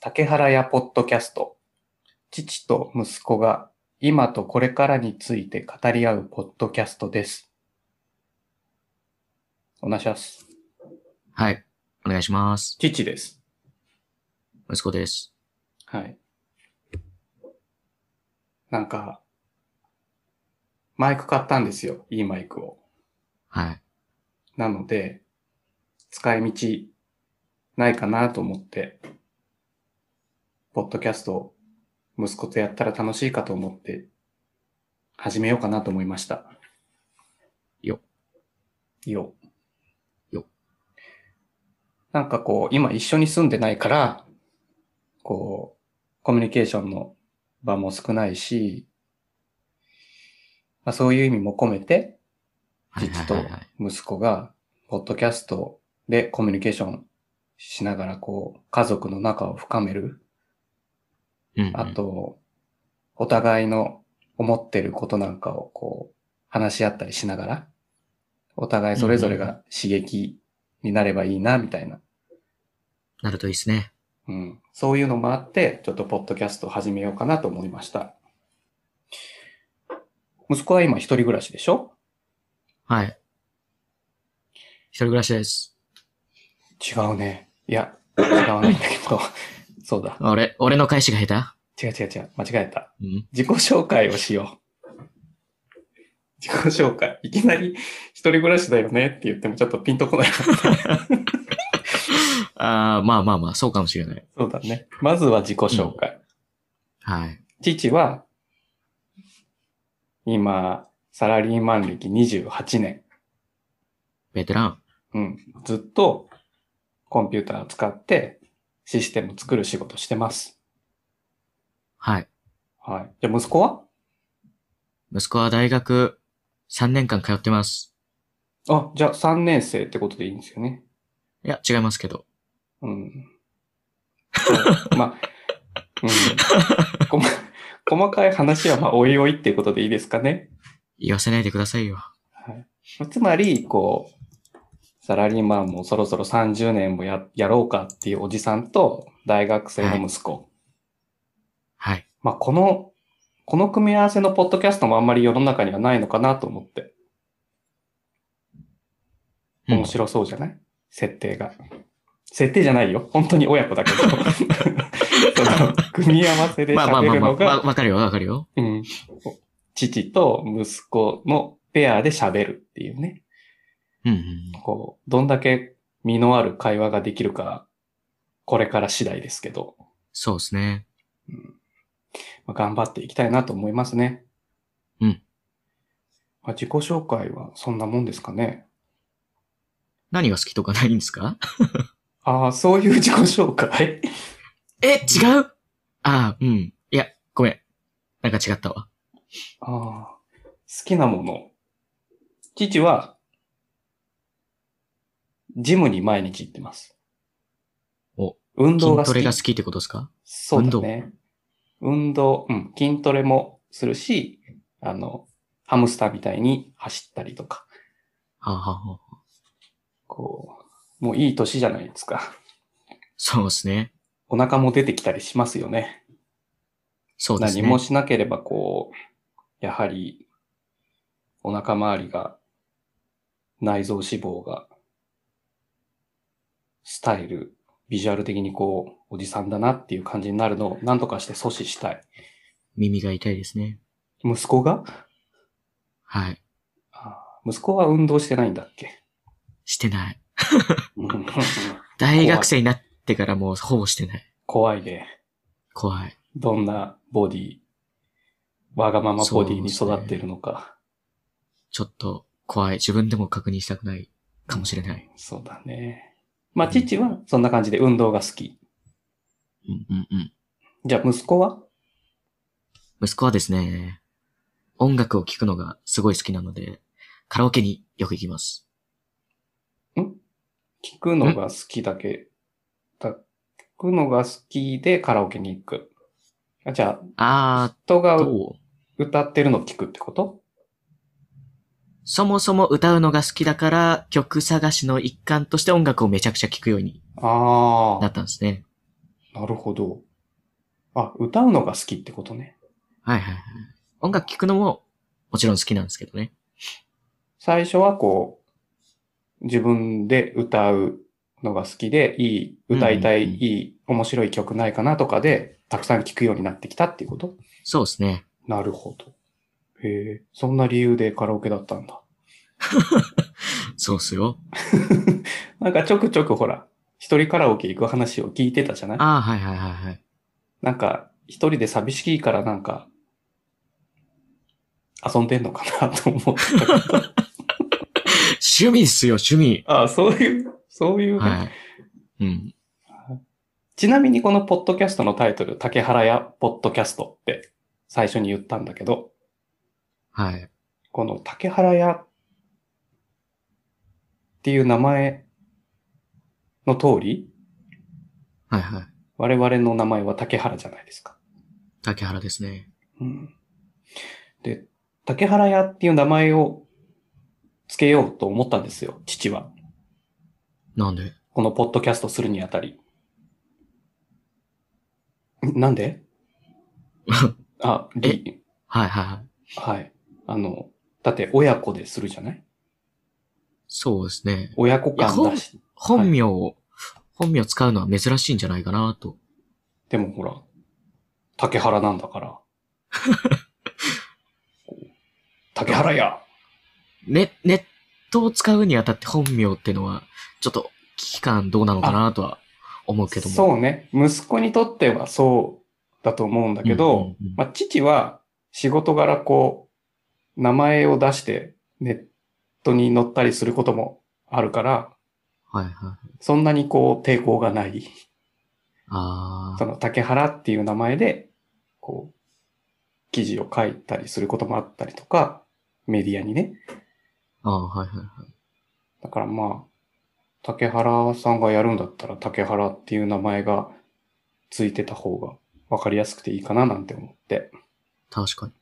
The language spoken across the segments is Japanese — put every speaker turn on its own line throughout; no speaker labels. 竹原屋ポッドキャスト。父と息子が今とこれからについて語り合うポッドキャストです。おなしゃす。
はい。お願いします。
父です。
息子です。
はい。なんか、マイク買ったんですよ。いいマイクを。
はい。
なので、使い道ないかなと思って、ポッドキャストを息子とやったら楽しいかと思って、始めようかなと思いました。
よ。
よ。
よ。
なんかこう、今一緒に住んでないから、こう、コミュニケーションの場も少ないし、まあそういう意味も込めて、
はいは
父
い
と
はいはい。
息子が、ポッドキャストでコミュニケーションしながら、こう、家族の仲を深める。
うんうん
あ、と、お互いの思ってることなんかを、こう、話し合ったりしながら、お互いそれぞれが刺激になればいいな、みたいな。
なるといいですね。
うん。そういうのもあって、ちょっとポッドキャストを始めようかなと思いました。息子は今一人暮らしでしょ
はい。一人暮らしです。
違うね。いや、違わないんだけど。 そうだ。
俺、俺の返しが下
違う違う違う。間違えた。
手うん。
自己紹介をしよう。自己紹介。いきなり、一人暮らしだよねって言ってもちょっとピンとこない。
ああ、まあまあまあ、そうかもしれない。
そうだね。まずは自己紹介。
はい。
父は、今、サラリーマン歴28年。
ベテラン。
うん。ずっと、コンピューターを使って、システム作る仕事してます。
はい。
はい。じゃあ、息子は
息子は大学3年間通ってます。
あ、じゃあ、3年生ってことでいいんですよね。
いや、違いますけど。
うん。そうまあ、うん。こま、細かい話は、まあ、おいおいっていうことでいいですかね。
言わせないでくださいよ。
はい。つまり、こう、サラリーマンもそろそろ30年もや、やろうかっていうおじさんと、大学生の息子。
はい。
まあ、この、この組み合わせのポッドキャストもあんまり世の中にはないのかなと思って。
うん
面白そうじゃない、設定が。設定じゃないよ。本当に親子だけど。その組み合わせで
まあまあ
喋
まあ
る
まあ、
の
わ
が、
わかるよ、わかるよ。
うん父と息子のペアで喋るっていうね。
うん、うん。
こう、どんだけ身のある会話ができるか、これから次第ですけど、
そうですね。
まあ、頑張っていきたいなと思いますね。
うん。
まあ、自己紹介はそんなもんですかね。
何が好きとかないんですか
ああ、そういう自己紹介
え、違うああ、うん。いや、ごめん。なんか違ったわ。
ああ、好きなもの。父は、ジムに毎日行ってます。
お
運動が
筋
好
トレ
き
が。好きってことですか
そうだね。運動、うん、筋トレもするし、あの、ハムスターみたいに走ったりとか、
はあ、はあはあ、
こう、もういい年じゃないですか。
そうですね。
お腹も出てきたりしますよね。
そうですね。
何もしなければこう、やはり、お腹周りが、内臓脂肪が、スタイル、ビジュアル的にこう、おじさんだなっていう感じになるのを何とかして阻止したい。
耳が痛いですね。
息子が
はい。
あ息子は運動してないんだっけ
してない。
うん
大学生になってからもうほぼしてない。
怖いね。
怖い。
どんなボディ、わがままボディに育っているのか。
ちょっと怖い。自分でも確認したくないかもしれない。
そう,、だね。まあ、父はそんな感じで運動が好き。
うんうんうん。
じゃあ、息子は
息子はですね、音楽を聴くのがすごい好きなので、カラオケによく行きます。
聞くのが好きだけ、だ聞くのが好きでカラオケに行く。あじゃあ
あ、
人が
ーと、
歌ってるの聞くってこと
そもそも歌うのが好きだから、曲探しの一環として音楽をめちゃくちゃ聴くように
あ
な
あ
っ。たんですね。
なるほど。あ、歌うのが好きってことね。
はいはいはい。音楽聴くのももちろん好きなんですけどね。
最初はこう、自分で歌うのが好きで、いい、歌いたい、
うんうんうん
いい、面白い曲ないかなとかで、たくさん聴くようになってきたっていうこと
そうですね。
なるほど。へえ、そんな理由でカラオケだったんだ。
そうっすよ。
なんかちょくちょくほら、一人カラオケ行く話を聞いてたじゃない
ああ、はいはいはいはい。
なんか、一人で寂しいからなんか、遊んでんのかなと思ってた けど。
趣味っすよ、趣味。
ああ、そういう、そういうね、
はい。うん。
ちなみにこのポッドキャストのタイトル、竹原屋ポッドキャストって最初に言ったんだけど、
はい。
この竹原屋っていう名前の通り、
はいはい。
我々の名前は竹原じゃないですか。
竹原ですね。
うんで、竹原屋っていう名前をつけようと思ったんですよ、父は。
なんで
このポッドキャストするにあたり。んなんであ、り、
はいはいはい。
はい。あの、だって親子でするじゃない
そうですね。
親子感だし。
本名を、本名使うのは珍しいんじゃないかなと。
でもほら、竹原なんだから。竹原屋
ね、ネットを使うにあたって本名ってのは、ちょっと危機感どうなのかなとは思うけども。
そうね。息子にとってはそうだと思うんだけど、
うんうんうん
まあ、父は仕事柄こう、名前を出してネットに載ったりすることもあるから、
はいはい。
そんなにこう抵抗がない。
あ
そ
あ。
の竹原っていう名前で、こう、記事を書いたりすることもあったりとか、メディアにね。
ああ、はいはいはい。
だからまあ、竹原さんがやるんだったら竹原っていう名前がついてた方が分かりやすくていいかななんて思って。
確かに。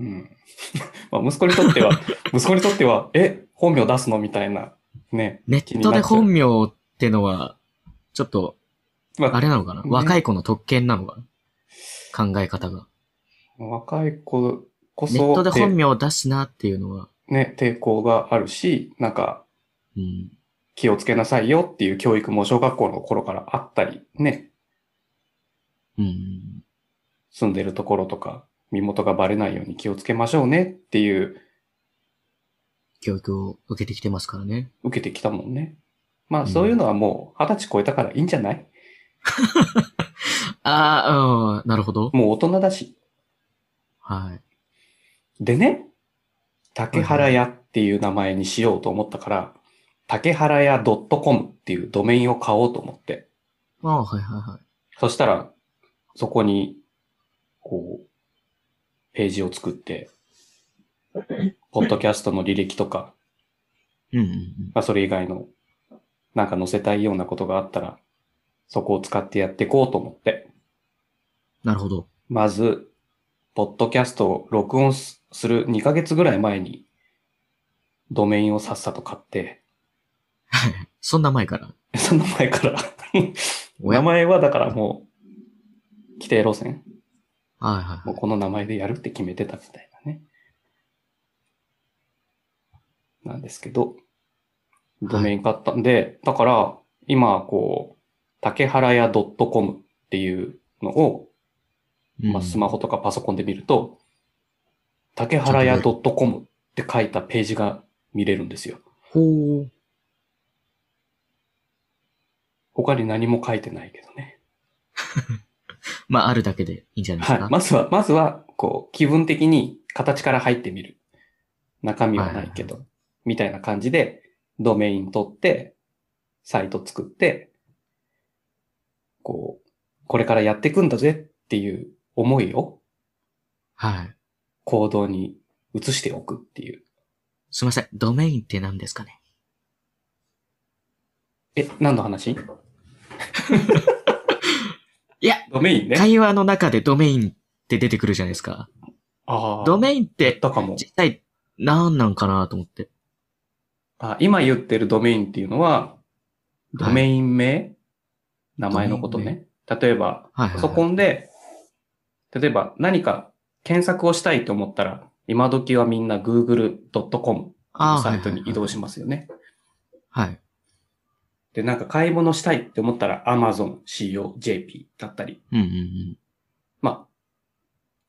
うん。 まあ、息子にとって は、息子にとっては、え、本名出すのみたいな。ね。
ネットで本名ってのは、ちょっと、
ま
あれなのかな、
ね
若い子の特権なのかな考え方が。
あ、若い子こ
ネット
そ
で本
て、
名を出すなっていうのは、
ね、抵抗があるし、なんか
うん。
気をつけなさいよっていう教育も小学校の頃からあったり、ね、
うん。
住んでるところとか、身元がバレないように気をつけましょうねっていう
教育を受けてきてますからね。
受けてきたもんね。ま
う
あ
ん
そういうのはもう二十歳超えたからいいんじゃない
ああ、うん、なるほど。
もう大人だし。
はい。
でね、竹原屋っていう名前にしようと思ったから、竹原屋 .com っていうドメインを買おうと思って。
ああ、はいはいはい。
そしたら、そこに、こう、ページを作って、ポッドキャストの履歴とか、
うんうんうん。
まあ、それ以外の、なんか載せたいようなことがあったら、そこを使ってやっていこうと思って。
なるほど。
まず、ポッドキャストを録音すする2ヶ月ぐらい前に、ドメインをさっさと買って、
そんな前から。
その前から。
親
名前はだからもう、規定路線。
はいはい
も
は
う
い。
この名前でやるって決めてたみたいなね。なんですけど、ドメイン買ったんで、だから、今、こう、竹原屋 .com っていうのを、まあ、スマホとかパソコンで見ると、竹原屋 .com って書いたページが見れるんですよ。
ホ。ほう。
他に何も書いてないけどね。
まあ、あるだけでいいんじゃないで
は
す
い
か。。
まずは、まずは、こう、気分的に形から入ってみる。中身はないけど、みたいな感じで、ドメイン取って、サイト作って、こう、これからやっていくんだぜっていう思いを
はい。
行動に移しておくっていう。
すみません。ドメインって何ですかね
え、何の 話
いや、
ドメインね。
会話の中でドメインって出てくるじゃないですか。
ああ。
ドメインっ、
言ってたかも。
実際、何なんかなと思って。
あ今言ってるドメインっていうのは、ドメイン名、名前のことね。例えば、
はい
パ
はい、はい。
ソコンで、例えば何か検索をしたいと思ったら、今時はみんな google.com
あー
サイトに移動し
ま
ますよね。
はいはい。
で、なんか買い物したいって思ったら AmazonCOJP だったり、
うんうんうん。
まあ、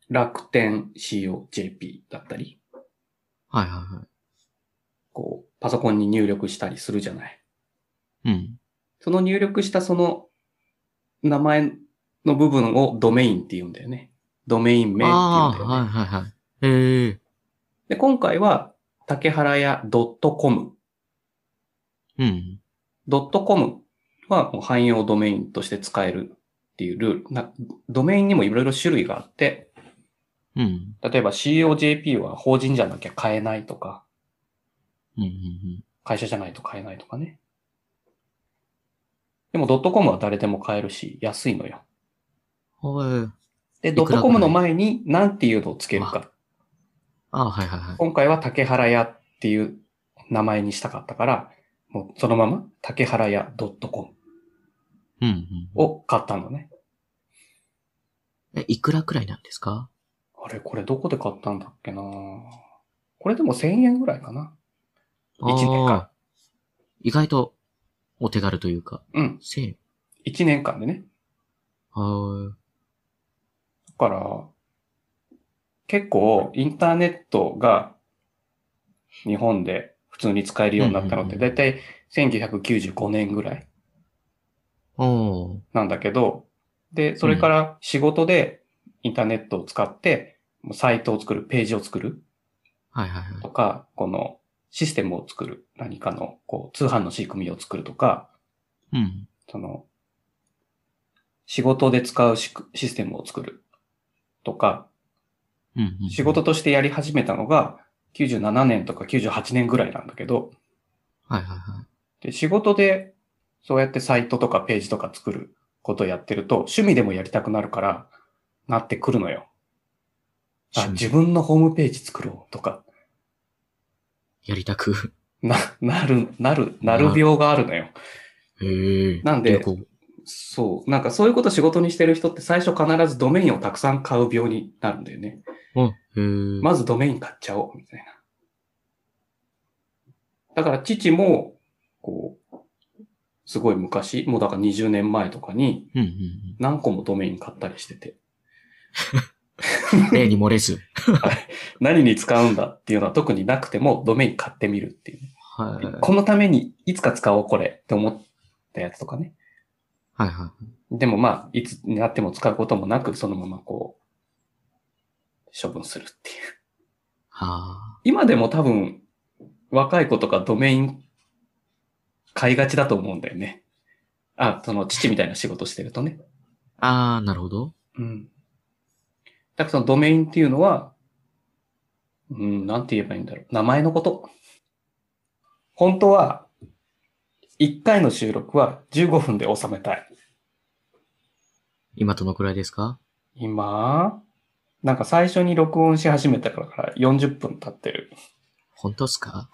楽天 COJP だったり、
はいはいはい。
こう、パソコンに入力したりするじゃない。
うん。
その入力したその名前の部分をドメインって言うんだよね。ドメイン名って言うんだ
ああー、
よね。
はいはいはい。ええ
で、今回は、竹原屋 .com。
うん。
.com はもう汎用ドメインとして使えるっていうルール。なドメインにもいろいろ種類があって、
うん。
例えば COJP は法人じゃなきゃ買えないとか、
うん。うんうん。
会社じゃないと買えないとかね。でも .com は誰でも買えるし、安いのよ。
はい。
で、
いくらぐらい
.com の前に何ていうのをつけるか。
ああ、はいはいはい。
今回は竹原屋っていう名前にしたかったから、もうそのまま竹原屋 .com
うんうん。
を買ったのね。
え、いくらくらいなんですか
あれ、これどこで買ったんだっけなこれでも1000円ぐらいかな。1年間
あ。ー意外とお手軽というか、
うん。
1000円。
1年間でね。
は
だから、結構インターネットが日本で普通に使えるようになったのって、
うんうん
だいたい1995年ぐらい
い。おー。
なんだけど、で、それから仕事でインターネットを使って、サイトを作る、ページを作る
はいはいはい。
とか、このシステムを作る、何かのこう通販の仕組みを作るとか、
うん。
その、仕事で使うシクシステムを作るとか、
うん、うん。
仕事としてやり始めたのが97年とか98年ぐらいなんだけど、
はいはいはい。
で仕事でそうやってサイトとかページとか作ることをやってると、趣味でもやりたくなるから、なってくるのよ。あ、
趣味
自分のホームページ作ろうとか、
やりたく。
な、なる、なる、なる病があるのよ。
へえ。
なんで
流行
そう。なんかそういうこと仕事にしてる人って最初必ずドメインをたくさん買う病になるんだよね。
あ、へえ。
まずドメイン買っちゃおう、みたいな。だから父も、こう、すごい昔、もうだから20年前とかに
うんうん
何個もドメイン買ったりしてて、
うん。例に漏れず。
何に使うんだっていうのは特になくてもドメイン買ってみるっていう。
はい。
このためにいつか使おうこれって思ったやつとかね。
はいは
でもまあ、いつになっても使うこともなく、そのままこう、処分するっていう。
い。はあ。
今でも多分、若い子とかドメイン買いがちだと思うんだよね。あ、その父みたいな仕事してるとね。
ああ、なるほど。
うん。だからそのドメインっていうのは、うん、なんて言えばいいんだろう。名前のこと。本当は、1回の収録は15分で収めたい。
今どのくらいですか
今、なんか最初に録音し始めたから40分経ってる。
本当っすか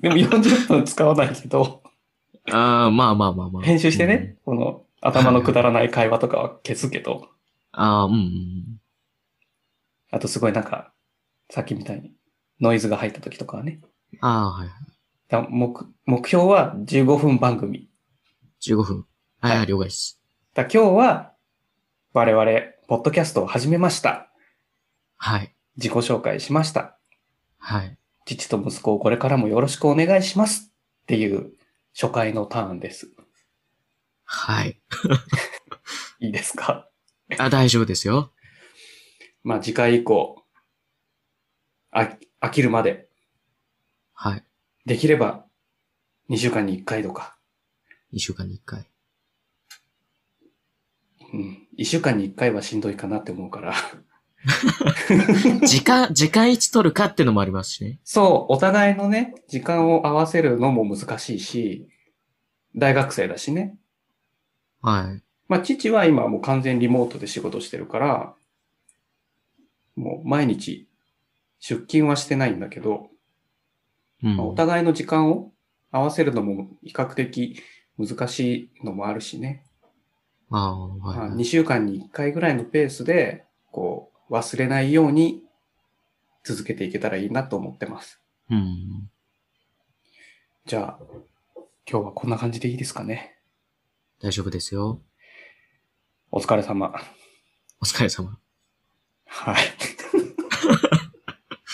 でも40分使わないけど。
ああ、まあまあまあまあ。
編集して
うんうん
ね、この頭のくだらない会話とかは消すけど、
ああ、うんうんうん。
あとすごいなんか、さっきみたいにノイズが入った時とかはね。
ああ、はい。
だ目目標は15分番組。
15分。はい、
は
はいい、了解です。
だ今日は我々、ポッドキャストを始めました。
はい。
自己紹介しました。
はい。
父と息子をこれからもよろしくお願いします。っていう初回のターンです。
はい。
いいですか
あ、大丈夫ですよ。
まあ次回以降、あ飽きるまで、
はい。
できれば2週間に1回とか、
2週間に1回。
うん。一週間に一回はしんどいかなって思うから。
時間、 時間いつ取るかってのもありますしね。
そう、お互いのね、時間を合わせるのも難しいし、大学生だしね。
はい。
まあ、父は今もう完全リモートで仕事してるから、もう毎日出勤はしてないんだけど、
うん。
まあお互いの時間を合わせるのも比較的難しいのもあるしね。
ああ、はい
まあ、
はい。
2週間に1回ぐらいのペースで、こう、忘れないように続けていけたらいいなと思ってます。
うん。
じゃあ、今日はこんな感じでいいですかね。
大丈夫ですよ。
お疲れ様。
お疲れ様。
はい。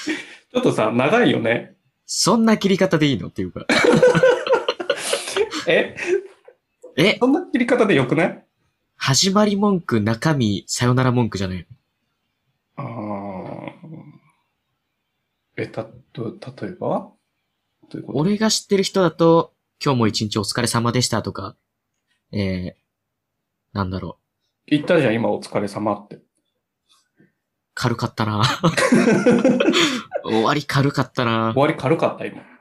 ちょっとさ、長いよね。
そんな切り方でいいのっていうか。
え
え
そんな切り方でよくない
始まり文句、中身、さよなら文句じゃない
あーえ、た、と、例えばということ
俺が知ってる人だと、今日も一日お疲れ様でしたとか、えー、なんだろう。
言ったじゃん、今お疲れ様って。
軽かったな終わり軽かったな
終わり軽かった、今。